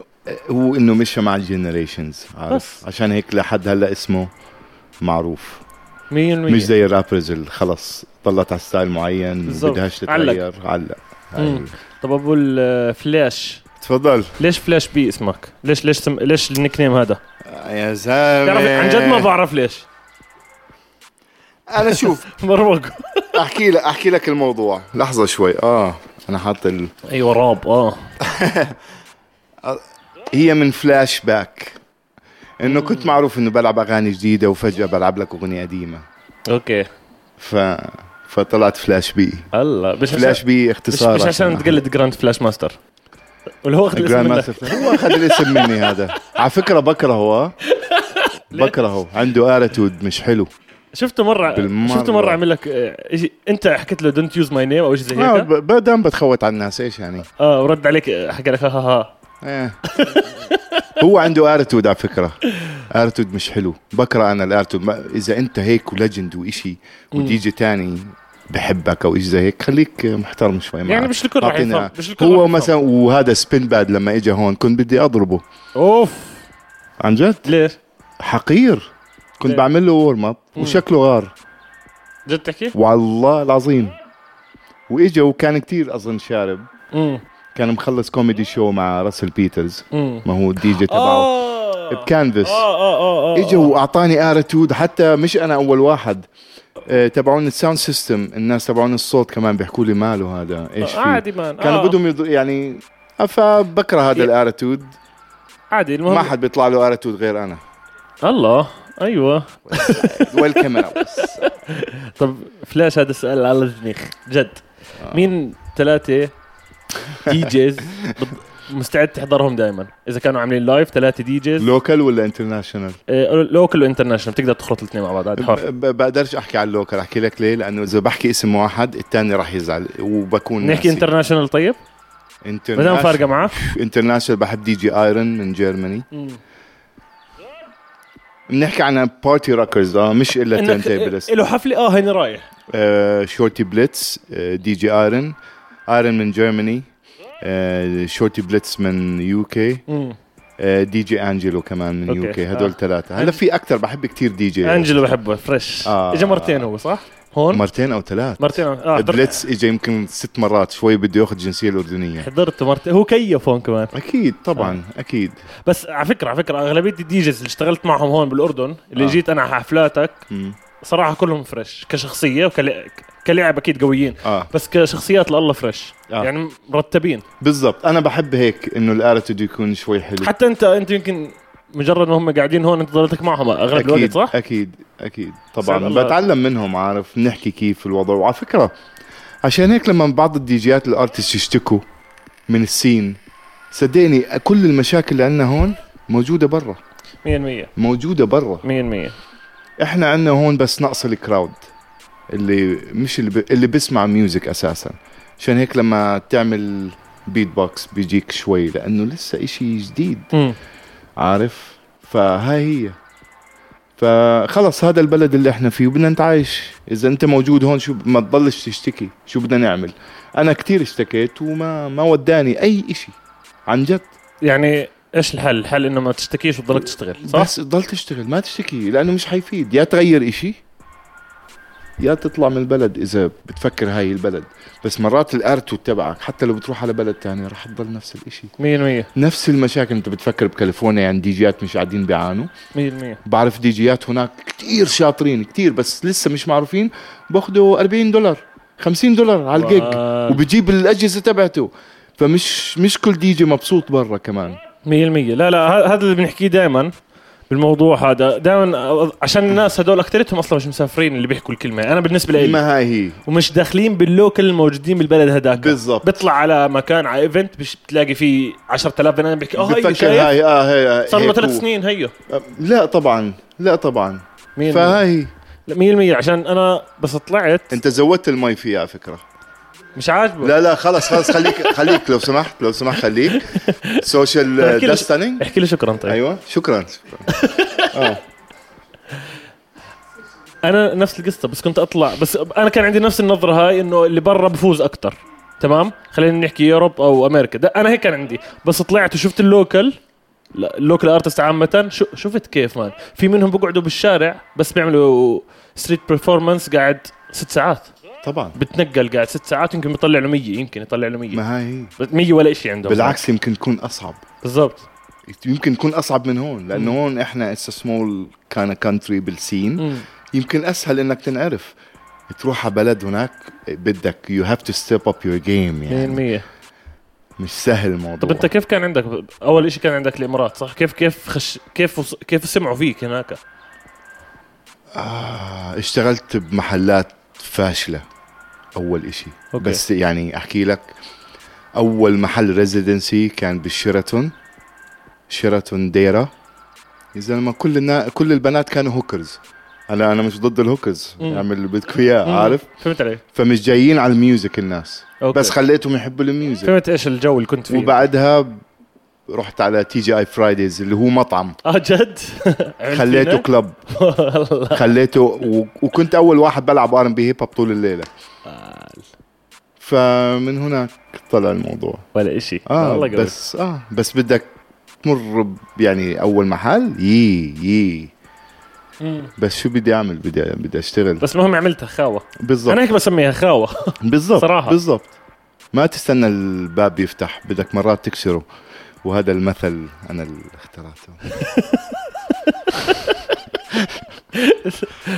هو انه مشى مع الجنريشنز عارف بس.
بس.
عشان هيك لحد هلا اسمه معروف
100%
مش زي الرابرز اللي خلص طلت على ستايل معين
بالظبط.
بدهاش
علق.
تتغير علق
مم.
هاي.
طب ابو الفلاش
تفضل
ليش فلاش بي اسمك؟ ليش ليش سم... ليش النيك نيم هذا؟
يا زلمه
تعرف عن جد ما بعرف ليش
انا شوف
مروق
احكي لك احكي لك الموضوع لحظه شوي اه انا حاط ال...
ايوه راب اه
هي من فلاش باك انه كنت معروف انه بلعب اغاني جديده وفجاه بلعب لك اغنيه قديمه
اوكي
ف فطلعت فلاش بي
هلا مش
فلاش بي
مش,
اختصار
مش عشان تقلد جراند فلاش ماستر واللي هو اخذ الاسم
جراند
منك
ماستر فلاش. هو اخذ الاسم مني هذا على فكره بكرهه آه. بكرهه عنده ارتود مش حلو
شفته مره
بالمرة.
شفته مره عمل لك آه، إشي- انت حكيت له دونت يوز ماي نيم او شيء زي
آه،
هيك
ب- ب- دام بتخوت على الناس ايش يعني
اه ورد عليك آه، حكى لك ها ها ها
إيه. هو عنده ارتود على فكره ارتود مش حلو بكره انا الارتود ما- اذا انت هيك وليجند وإشي وتيجي تاني بحبك او إشي زي هيك خليك محترم شوي معه.
يعني مش الكل رح
أعطينا-
يفهم مش الكل رح
هو
يفهم.
مثلا وهذا سبين باد لما اجى هون كنت بدي اضربه
اوف
عن جد
ليش؟
حقير كنت
ليه؟
بعمل له ورم اب وشكله غار
جد تحكي؟
والله العظيم واجا وكان كتير اظن شارب
امم
كان مخلص كوميدي شو مع راسل بيترز
امم
ما هو الدي جي تبعه
اه اه
بكانفاس
اه اه
اجا واعطاني ارتود حتى مش انا اول واحد آه، تبعون الساوند سيستم الناس تبعون الصوت كمان بيحكوا لي ماله هذا ايش
آه،
فيه
عادي مان
كانوا
آه.
بدهم يض... يعني فبكره هذا
يا-
الارتود
عادي المهم
ما حد بيطلع له ارتود غير انا
الله ايوه
ويلكم بس
طب فلاش هذا السؤال على الزنيخ جد
آه.
مين ثلاثه دي جيز مستعد تحضرهم دائما اذا كانوا عاملين لايف ثلاثه دي جيز
لوكال ولا انترناشونال؟
آه، لوكال وانترناشونال بتقدر تخلط الاثنين مع بعض عاد حر
بقدرش احكي على اللوكال احكي لك ليه لانه اذا بحكي اسم واحد الثاني راح يزعل وبكون
نحكي
ناسي.
انترناشونال طيب ما دام
انترناشونال
فارقه معاه
انترناشونال بحب دي جي ايرون من جيرماني بنحكي عن بارتي راكرز اه مش الا ترن تيبلست
له حفله اه هيني رايح
آه، شورتي بليتس آه، دي جي ايرون ايرون من جيرماني آه، شورتي بليتس من يو كي آه،
مم.
دي جي انجلو كمان من يو
أوكي،
كي هدول
آه.
ثلاثه هلا في اكثر بحب كتير دي جي
انجلو بحبه فريش
آه.
اجى مرتين هو صح؟ هون
مرتين او ثلاث
مرتين اه حضرت
بليتس اجى يمكن ست مرات شوي بده ياخذ الجنسيه الاردنيه
حضرته مرتين هو كيف هون كمان
اكيد طبعا
آه.
اكيد
بس على فكره على فكره اغلبيه الديجز اللي اشتغلت معهم هون بالاردن اللي
آه.
آه. جيت انا على حفلاتك
مم.
صراحه كلهم فريش كشخصيه وكل كلاعب اكيد قويين
اه
بس كشخصيات لله فريش
آه.
آه. يعني مرتبين
بالضبط انا بحب هيك انه الارتود يكون شوي حلو
حتى انت انت يمكن مجرد ما هم قاعدين هون انت ضلتك معهم
اكيد
اغلب الوقت صح؟
اكيد اكيد
سبحان
طبعا
الله.
بتعلم منهم عارف نحكي كيف الوضع وعلى فكره عشان هيك لما بعض الديجيات الارتست يشتكوا من السين صدقني كل المشاكل اللي عندنا هون موجوده برا
100%
موجوده برا
100%
احنا عندنا هون بس نقص الكراود اللي مش اللي, ب... اللي بيسمع ميوزك اساسا عشان هيك لما تعمل بيت بوكس بيجيك شوي لانه لسه اشي جديد
امم
عارف فهاي هي فخلص هذا البلد اللي احنا فيه بدنا نتعايش اذا انت موجود هون شو ما تضلش تشتكي شو بدنا نعمل انا كتير اشتكيت وما ما وداني اي اشي عن جد
يعني ايش الحل؟ الحل انه ما تشتكيش وتضلك تشتغل صح؟
بس تضل تشتغل ما تشتكي لانه مش حيفيد يا تغير اشي يا تطلع من البلد اذا بتفكر هاي البلد بس مرات الارتو تبعك حتى لو بتروح على بلد تاني رح تضل نفس الاشي
100%
نفس المشاكل انت بتفكر بكاليفورنيا عند ديجيات مش قاعدين بيعانوا
100%
بعرف ديجيات هناك كتير شاطرين كتير بس لسه مش معروفين باخذوا 40 دولار 50 دولار على الجيج وبجيب الاجهزه تبعته فمش مش كل ديجي مبسوط برا كمان
100% لا لا ه- هذا اللي بنحكيه دائما بالموضوع هذا دائما عشان الناس هذول اكثرتهم اصلا مش مسافرين اللي بيحكوا الكلمه انا بالنسبه لي
ما هاي هي
ومش داخلين باللوكل الموجودين بالبلد هذاك
بالضبط.
بيطلع على مكان على ايفنت مش بتلاقي فيه 10000 بني ادم بيحكي اه هي
بتفكر
شايف
هاي اه هاي آه
صار له
هيك
ثلاث
هو.
سنين هيو
لا طبعا لا طبعا
100% لا،
فهاي
100% عشان انا بس طلعت
انت زودت المي فيها على فكره
مش عاجبه
لا لا خلص خلص خليك خليك لو سمحت لو سمحت خليك سوشيال
احكي لي-
ديستانينج
احكي لي شكرا طيب
ايوه شكرا آه،
انا نفس القصه بس كنت اطلع بس انا كان عندي نفس النظره هاي انه اللي برا بفوز اكتر تمام خلينا نحكي يوروب او امريكا ده انا هيك كان عندي بس طلعت وشفت اللوكل لا، اللوكل ارتست عامه شو شفت كيف مان في منهم بقعدوا بالشارع بس بيعملوا ستريت بيرفورمانس قاعد ست ساعات
طبعا
بتنقل قاعد ست ساعات يمكن بيطلع له 100 يمكن يطلع له 100
ما هاي هي
100 ولا شيء عندهم
بالعكس يمكن تكون اصعب
بالضبط
يمكن يكون اصعب من هون لانه هون احنا اتس سمول كان كانتري بالسين
مم.
يمكن اسهل انك تنعرف تروح على بلد هناك بدك يو هاف تو ستيب اب يور جيم يعني
100%
مش سهل الموضوع
طب انت كيف كان عندك اول شيء كان عندك الامارات صح كيف كيف خش كيف وص- كيف سمعوا فيك هناك
آه اشتغلت بمحلات فاشله اول اشي
أوكي.
بس يعني احكي لك اول محل ريزيدنسي كان بالشيراتون شيراتون ديرا يا زلمه كل النا... كل البنات كانوا هوكرز هلا انا مش ضد الهوكرز
مم.
اعمل اللي بدك اياه عارف
فهمت علي
فمش جايين على الميوزك الناس
أوكي.
أوكي. بس خليتهم يحبوا الميوزك
فهمت ايش الجو اللي كنت فيه
وبعدها ب- رحت على تي جي اي فرايديز اللي هو مطعم
اه جد
خليته كلب خليته و... وكنت اول واحد بلعب ار ام بي هيب هوب طول الليله فمن هناك طلع الموضوع
ولا شيء
اه
والله قوي.
بس اه بس بدك تمر ب- يعني اول محل يي يي
مم.
بس شو بدي اعمل بدي بدي اشتغل
بس المهم عملتها خاوه انا
بالضبط
هيك بسميها خاوه
بالضبط
صراحة.
بالضبط ما تستنى الباب يفتح بدك مرات تكسره وهذا المثل انا اللي اخترعته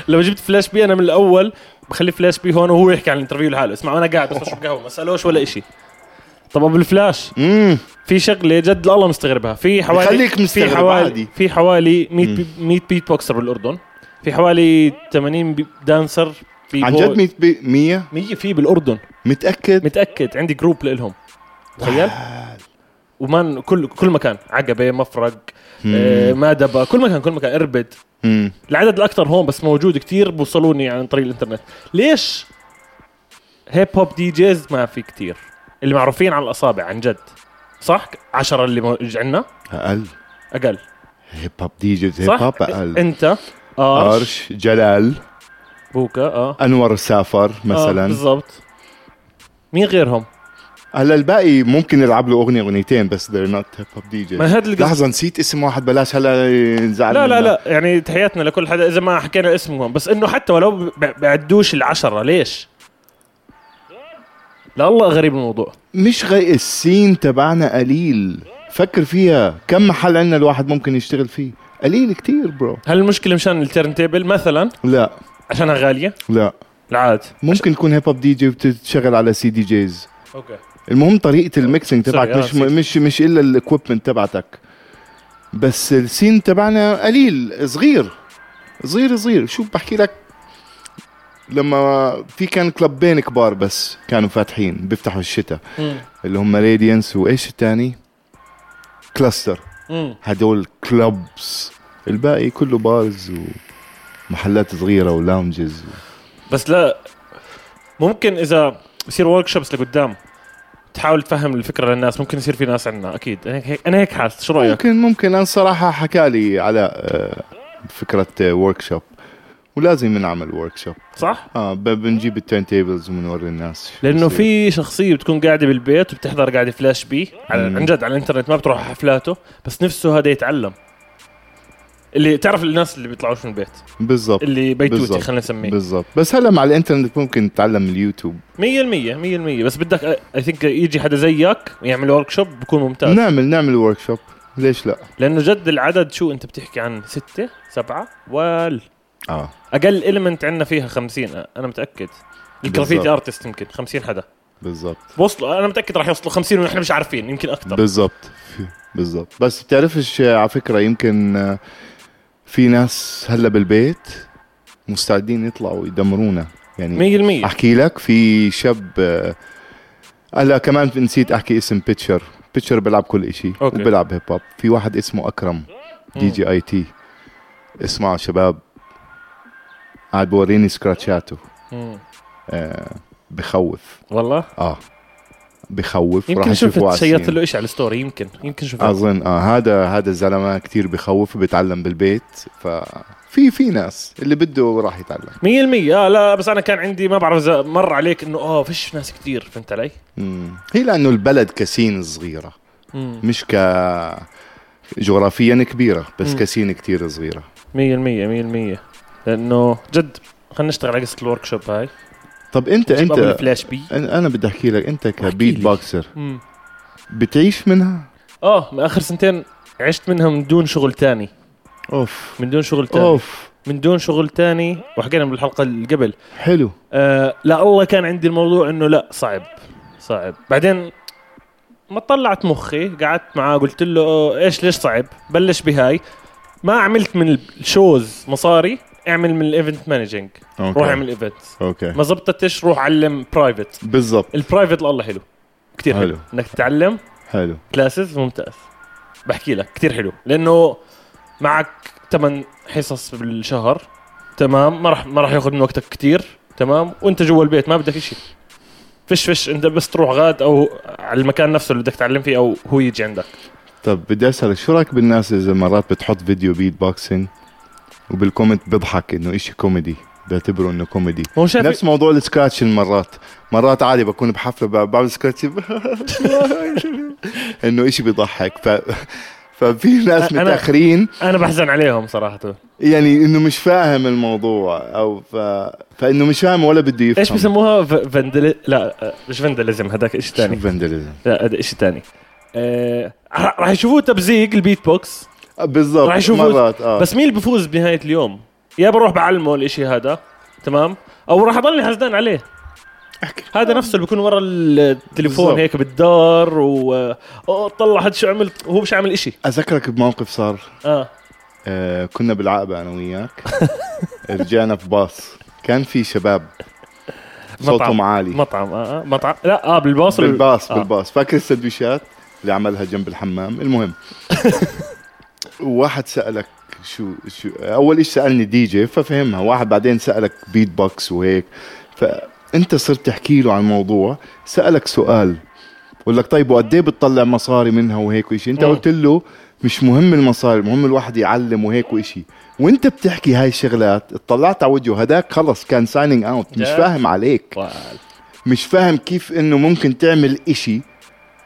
لو جبت فلاش بي انا من الاول بخلي فلاش بي هون وهو يحكي عن الانترفيو لحاله اسمع انا قاعد بس بشرب قهوه ما سالوش ولا شيء طب ابو الفلاش
امم
في شغله جد الله مستغربها في حوالي
خليك مستغرب
في حوالي
عادي.
في حوالي 100 بي- 100 بيت بوكسر بالاردن في حوالي 80 بي- دانسر في
عن
بو-
جد 100 بي- 100
100 في بالاردن
متاكد
متاكد عندي جروب لهم تخيل ومان كل كل مكان عقبه مفرق آه مادبه كل مكان كل مكان اربد
امم
العدد الاكثر هون بس موجود كتير بوصلوني عن طريق الانترنت ليش هيب هوب دي جيز ما في كتير اللي معروفين على الاصابع عن جد صح عشرة اللي مو- عندنا
اقل
اقل
هيب هوب دي جيز هيب
صح
هوب اقل
انت ارش
ارش جلال
بوكا اه
انور سافر
آه
مثلا
بالضبط مين غيرهم
هلا الباقي ممكن يلعب له اغنيه اغنيتين بس they're not هيب هوب دي
ما
جيز
هاد القصة
لحظه نسيت اسم واحد بلاش هلا ينزعل
لا لا
منا.
لا يعني تحياتنا لكل حدا اذا ما حكينا اسمهم بس انه حتى ولو ب- بعدوش العشرة ليش؟ لا الله غريب الموضوع
مش غير السين تبعنا قليل فكر فيها كم محل عندنا الواحد ممكن يشتغل فيه قليل كتير برو
هل المشكله مشان التيرن تيبل مثلا
لا
عشانها غاليه
لا
العاد
ممكن يكون هيب هوب دي جي وتشتغل على سي دي جيز
اوكي
المهم طريقه الميكسينج تبعك
Sorry, آه،
مش
نسيت.
مش مش الا الاكويبمنت تبعتك بس السين تبعنا قليل صغير صغير صغير شو بحكي لك لما في كان كلبين كبار بس كانوا فاتحين بيفتحوا الشتاء
مم.
اللي هم راديانس وايش الثاني كلاستر
مم.
هدول كلبس الباقي كله بارز ومحلات صغيره ولاونجز
بس لا ممكن اذا يصير ورك شوبس لقدام تحاول تفهم الفكره للناس ممكن يصير في ناس عندنا اكيد انا هيك انا هيك حاسس شو رايك
ممكن ممكن انا صراحه حكالي على آه، فكره ورك شوب ولازم نعمل ورك شوب
صح
اه ب- بنجيب التيرن تيبلز وبنوري الناس شو
لانه
بصير.
في شخصيه بتكون قاعده بالبيت وبتحضر قاعده فلاش بي على
مم.
عن جد على الانترنت ما بتروح على حفلاته بس نفسه هذا يتعلم اللي تعرف الناس اللي بيطلعوش من البيت
بالضبط
اللي بيتوتي
بالظبط.
خلينا نسميه 100%
بالضبط بس هلا مع الانترنت ممكن نتعلم من اليوتيوب
100% بس بدك اي ثينك يجي حدا زيك يعمل ورك شوب بكون ممتاز
نعمل نعمل ورك شوب ليش لا
لانه جد العدد شو انت بتحكي عن ستة سبعة وال
اه
اقل المنت عندنا فيها 50 انا متاكد الجرافيتي ارتست يمكن 50 حدا
بالضبط
وصلوا انا متاكد راح يوصلوا 50 ونحن مش عارفين يمكن اكثر
بالضبط بالضبط بس بتعرفش آه، على فكره يمكن آه، في ناس هلا بالبيت مستعدين يطلعوا يدمرونا يعني
100%
احكي لك في شاب آه، هلا كمان نسيت احكي اسم بيتشر بيتشر بيلعب كل شيء
أوكي.
وبيلعب هيب هوب في واحد اسمه اكرم دي
مم.
جي اي تي اسمعوا شباب قاعد بوريني سكراتشاته
مم.
آه بخوف
والله
اه بخوف راح
يمكن شفت
نشوفه
شيرت
شيرت
له شيء على الستوري يمكن يمكن شفت
اظن اه هذا هذا الزلمه كتير بخوف وبيتعلم بالبيت ففي في ناس اللي بده راح يتعلم
100% اه لا بس انا كان عندي ما بعرف اذا مر عليك انه اه فيش ناس كتير فهمت علي؟
مم. هي لانه البلد كسين صغيره
مم. 100%
مش ك جغرافيا كبيره بس
مم.
كسين كتير صغيره
100% 100% لانه جد خلينا نشتغل على قصه الورك شوب هاي
طب انت
نجيب أبو
انت
الفلاش بي
أنا- انا بدي احكي لك انت
احكي
كبيت
لي.
بوكسر
مم.
بتعيش منها
اه من اخر سنتين عشت منها من دون شغل تاني
اوف
من دون شغل تاني
اوف
من دون شغل تاني وحكينا بالحلقه اللي قبل
حلو
آه لا الله كان عندي الموضوع انه لا صعب صعب بعدين ما طلعت مخي قعدت معاه قلت له آه، ايش ليش صعب بلش بهاي ما عملت من الشوز مصاري اعمل من الايفنت مانجينج روح اعمل ايفنت
اوكي
ما زبطتش روح علم برايفت
بالضبط
البرايفت لله حلو كثير حلو
حلو.
انك تتعلم
حلو
كلاسز ممتاز بحكي لك كثير حلو لانه معك 8 حصص بالشهر تمام ما راح ما راح ياخذ من وقتك كثير تمام وانت جوا البيت ما بدك شيء فش فش انت بس تروح غاد او على المكان نفسه اللي بدك تعلم فيه او هو يجي عندك
طب بدي اسالك شو رايك بالناس اذا مرات بتحط فيديو بيت بوكسينج وبالكومنت بضحك انه إشي كوميدي بعتبره انه كوميدي
هو شايف
نفس موضوع السكراتش مرات مرات عادي بكون بحفله ب- بعمل سكراتش انه إشي بيضحك ف ففي ناس
أ- أنا-
متاخرين
انا بحزن عليهم صراحه
يعني انه مش فاهم الموضوع او ف... فانه مش فاهم ولا بده يفهم
ايش بسموها ف- فندل لا آه، مش فندلزم هذاك شيء
شو
ثاني
vandalism؟
لا هذا شيء ثاني راح يشوفوه تبزيق البيت بوكس
آه، بالضبط
راح يشوفوا-
مرات اه
بس مين اللي بفوز بنهايه اليوم؟ يا بروح بعلمه الاشي هذا تمام؟ او راح اضلني حزنان عليه
أحكي.
هذا نفسه اللي بيكون ورا التليفون
بالظبط.
هيك بالدار و اوه طلع حد شو عمل وهو مش عامل اشي
اذكرك بموقف صار
اه
آه، كنا بالعقبة أنا وياك رجعنا في باص كان في شباب صوتهم عالي
مطعم اه آه، مطعم لا اه بالباص ولا-
إيه. بالباص
آه.
بالباص فاكر السندويشات اللي عملها جنب الحمام المهم واحد سألك شو شو أول إيش سألني دي جي ففهمها واحد بعدين سألك بيت بوكس وهيك فأنت صرت تحكي له عن الموضوع سألك سؤال بقول لك طيب وقد ايه بتطلع مصاري منها وهيك وإشي انت
مم.
قلت له مش مهم المصاري المهم الواحد يعلم وهيك وإشي وانت بتحكي هاي الشغلات اطلعت على وجهه هداك خلص كان ساينينج اوت مش
جد؟
فاهم عليك
وال-
مش فاهم كيف انه ممكن تعمل اشي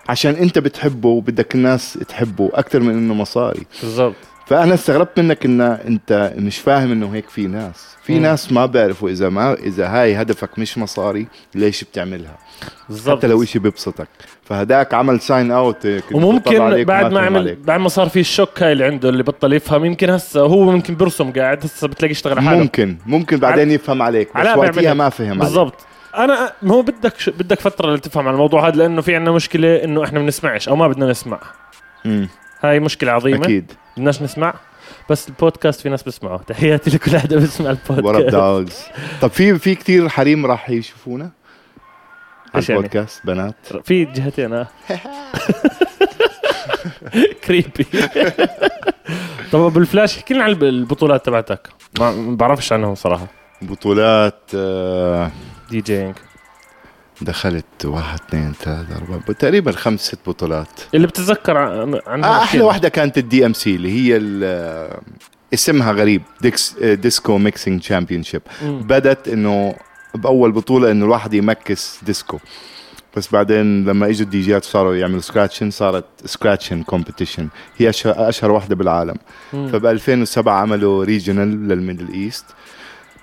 عشان انت بتحبه وبدك الناس تحبه اكثر من انه مصاري
بالضبط
فانا استغربت منك ان انت مش فاهم انه هيك في ناس في
مم.
ناس ما بيعرفوا اذا ما اذا هاي هدفك مش مصاري ليش بتعملها
بالضبط
حتى لو اشي بيبسطك فهداك عمل ساين اوت هيك، بطلع
وممكن
عليك
بعد
وما
ما
فهم
عمل
عليك.
بعد ما صار في الشوك هاي اللي عنده اللي بطل يفهم يمكن هسه هو ممكن برسم قاعد هسه بتلاقي اشتغل على حاله
ممكن ممكن بعدين يفهم عليك بس
علاء بيعمل
وقتها
هيك.
ما فهم عليك.
بالضبط انا ما هو بدك ش... بدك فتره لتفهم على الموضوع هذا لانه في عندنا مشكله انه احنا بنسمعش او ما بدنا نسمع
مم.
هاي مشكله عظيمه
اكيد
بدناش نسمع بس البودكاست في ناس بسمعه تحياتي لكل حدا بسمع
ورا
البودكاست
دوجز طب في في كثير حريم راح يشوفونا على
إيش يعني؟
البودكاست بنات
في جهتين اه كريبي طب بالفلاش احكي لنا عن البطولات تبعتك ما ما بعرفش عنهم صراحه
بطولات آه،
دي جينج
دخلت واحد اثنين ثلاثة أربعة تقريبا خمس ست بطولات
اللي بتتذكر عن- عنها
آه
احكي
أحلى
لنا.
واحدة كانت الدي ام سي اللي هي ال- آه، اسمها غريب ديكس آه، ديسكو ميكسينج تشامبيونشيب
مم.
بدت إنه بأول بطولة إنه الواحد يمكس ديسكو بس بعدين لما اجوا الديجيات صاروا يعملوا سكراتشن صارت سكراتشن كومبيتيشن هي اشهر اشهر واحده بالعالم
مم.
فب 2007 عملوا ريجنال للميدل ايست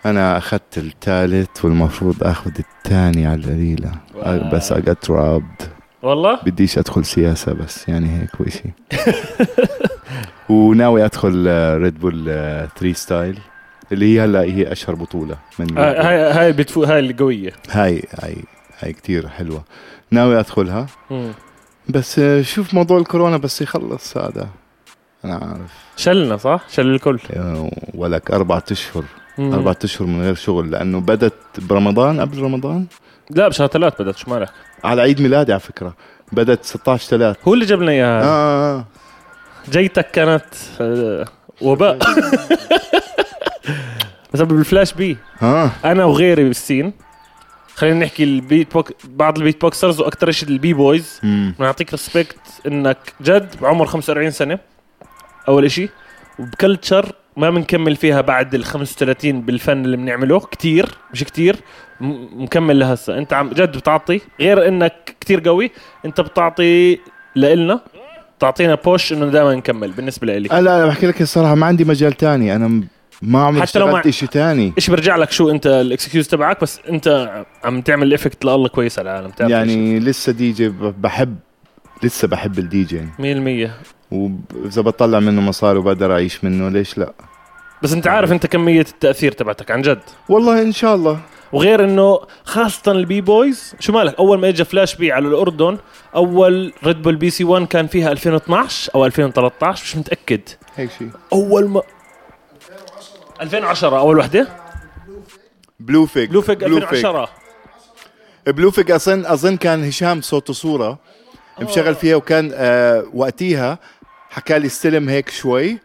انا اخذت الثالث والمفروض اخذ الثاني على القليله
واو.
آه، بس اجت رابد
والله
بديش ادخل سياسه بس يعني هيك وشي وناوي ادخل ريد بول 3 ستايل آه، اللي هي هلا هي اشهر بطوله من
آه، هاي هاي بتفوق هاي القويه
هاي هاي هاي كثير حلوه ناوي ادخلها
مم.
بس آه، شوف موضوع الكورونا بس يخلص هذا انا عارف
شلنا صح شل الكل
يعني ولك اربعة اشهر
مم.
أربعة أشهر من غير شغل لأنه بدت برمضان قبل رمضان
لا بشهر ثلاث بدت شو مالك
على عيد ميلادي على فكرة بدت 16 3
هو اللي جاب لنا اياها
آه آه.
جيتك كانت آه، وباء بس بالفلاش بي
ها
انا وغيري بالسين خلينا نحكي البيت بوك بعض البيت بوكسرز واكثر شيء البي بويز
مم.
بنعطيك ريسبكت انك جد بعمر 45 سنه اول شيء وبكلتشر ما بنكمل فيها بعد ال 35 بالفن اللي بنعمله كتير مش كتير م- مكمل لهسه انت عم جد بتعطي غير انك كتير قوي انت بتعطي لإلنا تعطينا بوش انه دائما نكمل بالنسبه لإلي
آه لا أنا بحكي لك الصراحة ما عندي مجال تاني أنا م- ما عمري
حتى لو
اشتغلت
مع-
إشي تاني
ايش برجع لك شو انت الاكسكيوز تبعك بس انت عم تعمل افكت لله كويس على العالم تعرف إيش؟
يعني لسه دي جي ب- بحب لسه بحب الدي جي يعني.
100%
وإذا بطلع منه مصاري وبقدر أعيش منه ليش لا
بس انت عارف انت كميه التاثير تبعتك عن جد
والله إن شاء الله
وغير انه خاصة البي بويز شو مالك اول ما اجى فلاش بي على الاردن اول ريد بول بي سي 1 كان فيها 2012 او 2013 مش متاكد
هيك شيء
اول ما 2010 اول وحده
بلو فيج
بلو فيج 2010
بلوفيك اظن اظن كان هشام صوت وصوره مشغل فيها وكان آه وقتيها حكى لي استلم هيك شوي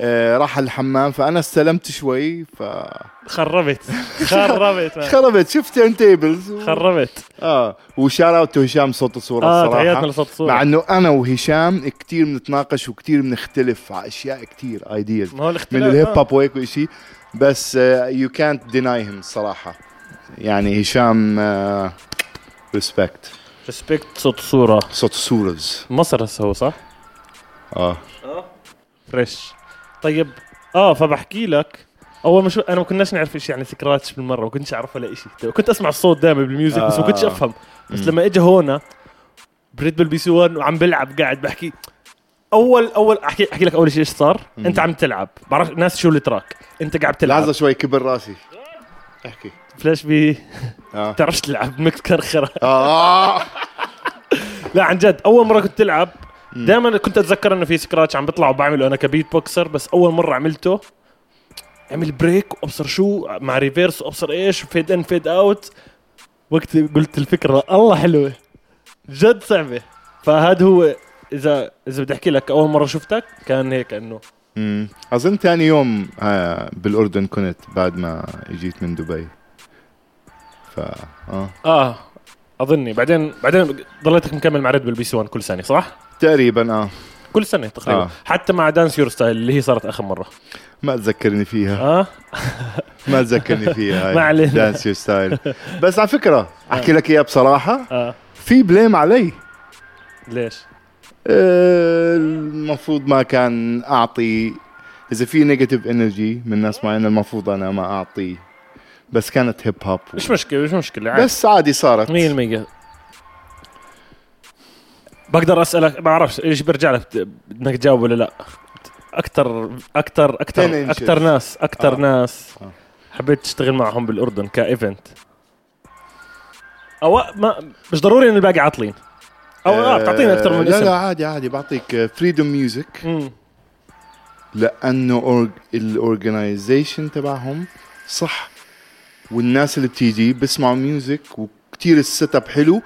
آه راح على الحمام فانا استلمت شوي فخربت
خربت خربت مان.
شفت ان تيبلز و...
خربت
اه وشار اوت هشام صوت وصوره
اه تحياتنا
الصراحه
لصوت
مع
صوره
انه انا وهشام كتير بنتناقش وكتير بنختلف على اشياء كتير ايديز
ما هو
من
الاختلاف
الهيب
آه.
هوب وهيك وشيء بس آه، يو كانت ديناي هيم الصراحه يعني هشام آه، ريسبكت
ريسبكت صوت صوره
صوت سورز
مصر هسه هو صح؟
اه
فريش طيب اه فبحكي لك اول ما شو انا ما كناش نعرف شيء عن السكراتش بالمره ما كنتش اعرف ولا شيء كنت اسمع الصوت دائما بالميوزك بس ما كنتش
آه.
افهم بس لما اجى هون بريد بال بي سي 1 وعم بلعب قاعد بحكي اول اول احكي احكي لك اول شيء ايش صار انت عم تلعب بعرف ناس شو التراك انت قاعد تلعب
لحظه شوي كبر راسي احكي
فلاش بي
آه.
بتعرفش تلعب ميكس كرخره
اه
لا عن جد اول مره كنت تلعب دائما كنت اتذكر انه في سكراتش عم بطلع وبعمله انا كبيت بوكسر بس اول مره عملته عمل بريك وابصر شو مع ريفيرس وابصر ايش فيد ان فيد اوت وقت قلت الفكره الله حلوه جد صعبه فهذا هو اذا اذا بدي احكي لك اول مره شفتك كان هيك انه
أمم. اظن ثاني يوم آه بالاردن كنت بعد ما اجيت من دبي ف اه
اه اظني بعدين بعدين ضليتك مكمل مع ريد بول بي سي 1 كل سنه صح؟
تقريبا اه
كل سنه تقريبا آه.
آه.
حتى مع دانس يور ستايل اللي هي صارت اخر مره
ما تذكرني فيها
اه
ما تذكرني فيها هاي
ما علينا.
دانس يور ستايل بس على فكره احكي لك اياها بصراحه
اه
في بليم علي
ليش؟
آه، المفروض ما كان اعطي اذا في نيجاتيف انرجي من ناس معينه المفروض انا ما اعطيه بس كانت هيب هوب
مش مشكله مش مشكله عادي.
بس عادي صارت
100% بقدر اسالك ما اعرفش ايش برجع لك بت- بدك تجاوب ولا لا اكثر اكثر
Ten
اكثر
inches.
اكثر ناس اكثر آه.
آه.
ناس
آه.
حبيت تشتغل معهم بالاردن كايفنت او ما مش ضروري ان الباقي عاطلين او آه بتعطينا اكثر من
لا
اسم
لا عادي عادي بعطيك آه، فريدوم ميوزك
مم.
لانه org- الاورجنايزيشن تبعهم صح والناس اللي بتيجي بيسمعوا ميوزك وكتير السيت اب حلو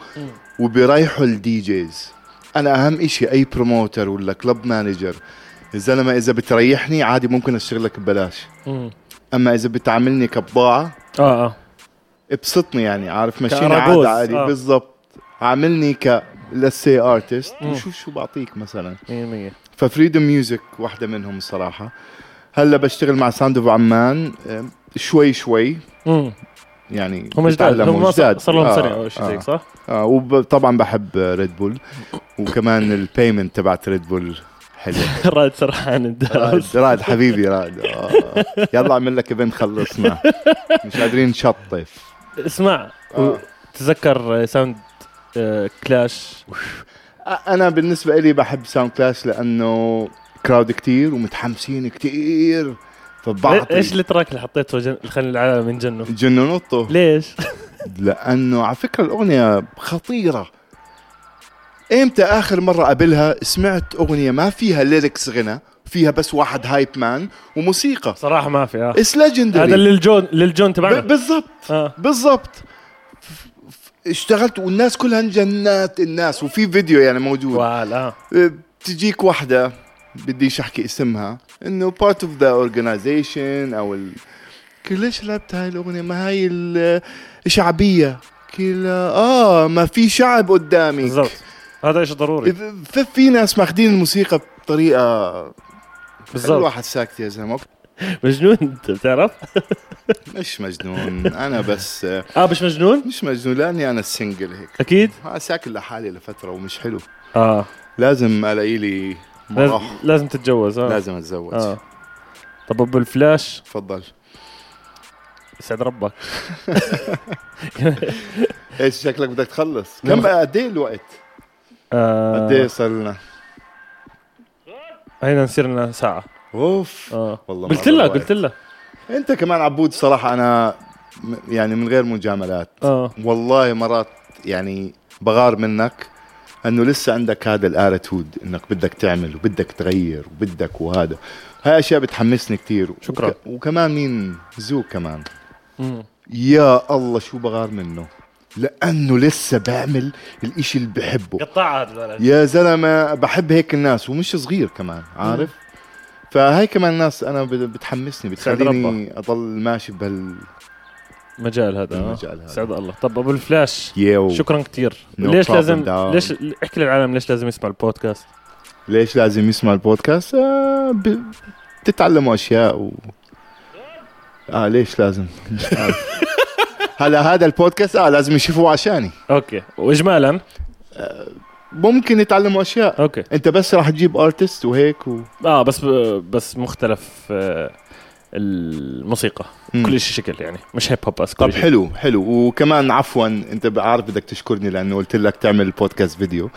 وبيريحوا الدي جيز انا اهم إشي اي بروموتر ولا كلب مانجر الزلمه اذا بتريحني عادي ممكن اشتغل لك ببلاش
مم.
اما اذا بتعاملني كبضاعه
اه اه
ابسطني يعني عارف ماشيين
كأراجوز،
عادي عادي
آه.
آه. بالضبط عاملني ك لسي ارتست وشوف شو بعطيك مثلا
100%
ففريدم ميوزك واحدة منهم الصراحة هلا بشتغل مع ساوند اوف عمان أم، آه، شوي شوي
مم.
يعني
هم جداد
بتعلموا.
هم
جداد.
صار صار لهم
آه،
سنه او شيء
آه،
زيك صح؟
آه وطبعا بحب ريد بول وكمان البيمنت تبعت ريد بول حلو
راد سرحان الدهر
رائد رائد حبيبي رائد آه. يلا اعمل لك ايفنت خلصنا مش قادرين نشطف
اسمع
آه.
تذكر ساوند آه، كلاش
انا بالنسبه لي بحب ساوند كلاش لانه كراود كتير ومتحمسين كتير فبعطي
ايش التراك اللي حطيته جن... خلي العالم ينجنوا
جننوطه
ليش؟
لانه على فكره الاغنيه خطيره امتى اخر مره قبلها سمعت اغنيه ما فيها ليركس غنى فيها بس واحد هايب مان وموسيقى
صراحه ما في اه
اتس
هذا
ليجندري
للجون للجون تبعنا
بالضبط
اه
بالضبط ف- ف- اشتغلت والناس كلها جنات الناس وفي فيديو يعني موجود
وال اه
بتجيك وحده آه، بديش احكي اسمها انه بارت اوف ذا اورجنايزيشن او ال... كي ليش لعبت هاي الاغنيه ما هاي ال- الشعبيه كلا اه ما في شعب قدامي
بالضبط هذا شيء ضروري
في, في ناس ماخذين الموسيقى بطريقه خلي
بالضبط
الواحد ساكت يا زلمه
مجنون انت بتعرف؟
مش مجنون انا بس آه،
اه مش مجنون؟
مش مجنون لاني انا السنجل هيك
اكيد
ها ساكن لحالي لفتره ومش حلو
اه
لازم الاقي لي
لازم,
مراح
لازم تتجوز اه
لازم اتزوج
اه طب ابو الفلاش
تفضل
يسعد ربك
ايش إيه، شكلك بدك تخلص
لا،
كم قد ايه الوقت
نعم. آه
قد ايه صار لنا
هينا نصير لنا ساعه
اوف
اه
والله
قلت
مرة
لها
وقت.
قلت لها
انت كمان عبود صراحه انا م- يعني من غير مجاملات
اه
والله مرات يعني بغار منك انه لسه عندك هذا الاتيتود انك بدك تعمل وبدك تغير وبدك وهذا هاي اشياء بتحمسني كثير
شكراً.
وك... وكمان مين زو كمان
مم.
يا الله شو بغار منه لانه لسه بعمل الاشي اللي بحبه
قطعها هذا
يا زلمه بحب هيك الناس ومش صغير كمان عارف فهاي كمان ناس انا بت- بتحمسني
سعد
بتخليني اضل ماشي بهال
المجال هذا آه.
المجال هذا.
سعد الله طب ابو الفلاش
يو
شكرا كثير
No
ليش
problem,
لازم
down.
ليش احكي للعالم ليش لازم يسمع البودكاست
ليش لازم يسمع البودكاست آه ب... بتتعلموا اشياء و... اه ليش لازم مش عارف. هلا هذا البودكاست اه لازم يشوفوه عشاني
اوكي واجمالا
ممكن يتعلموا اشياء
اوكي
انت بس راح تجيب ارتست وهيك و...
اه بس بس مختلف آه، الموسيقى
مم.
كل شيء شكل يعني مش هيب هوب بس كل
طب
شيء.
طيب، حلو حلو وكمان عفوا انت عارف بدك تشكرني لانه قلت لك تعمل بودكاست فيديو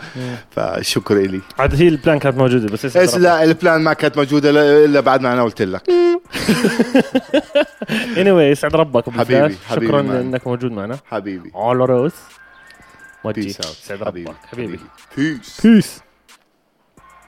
فشكر الي
عاد هي البلان كانت موجوده بس لسه
بس لا البلان ما كانت موجوده لا- الا بعد ما انا قلت لك
اني واي يسعد ربك ابو
حبيبي-
فلاش
حبيبي
شكرا
معنا.
انك موجود معنا
حبيبي
على روس وجهي
بيس اوت
يسعد ربك حبيبي
بيس
بيس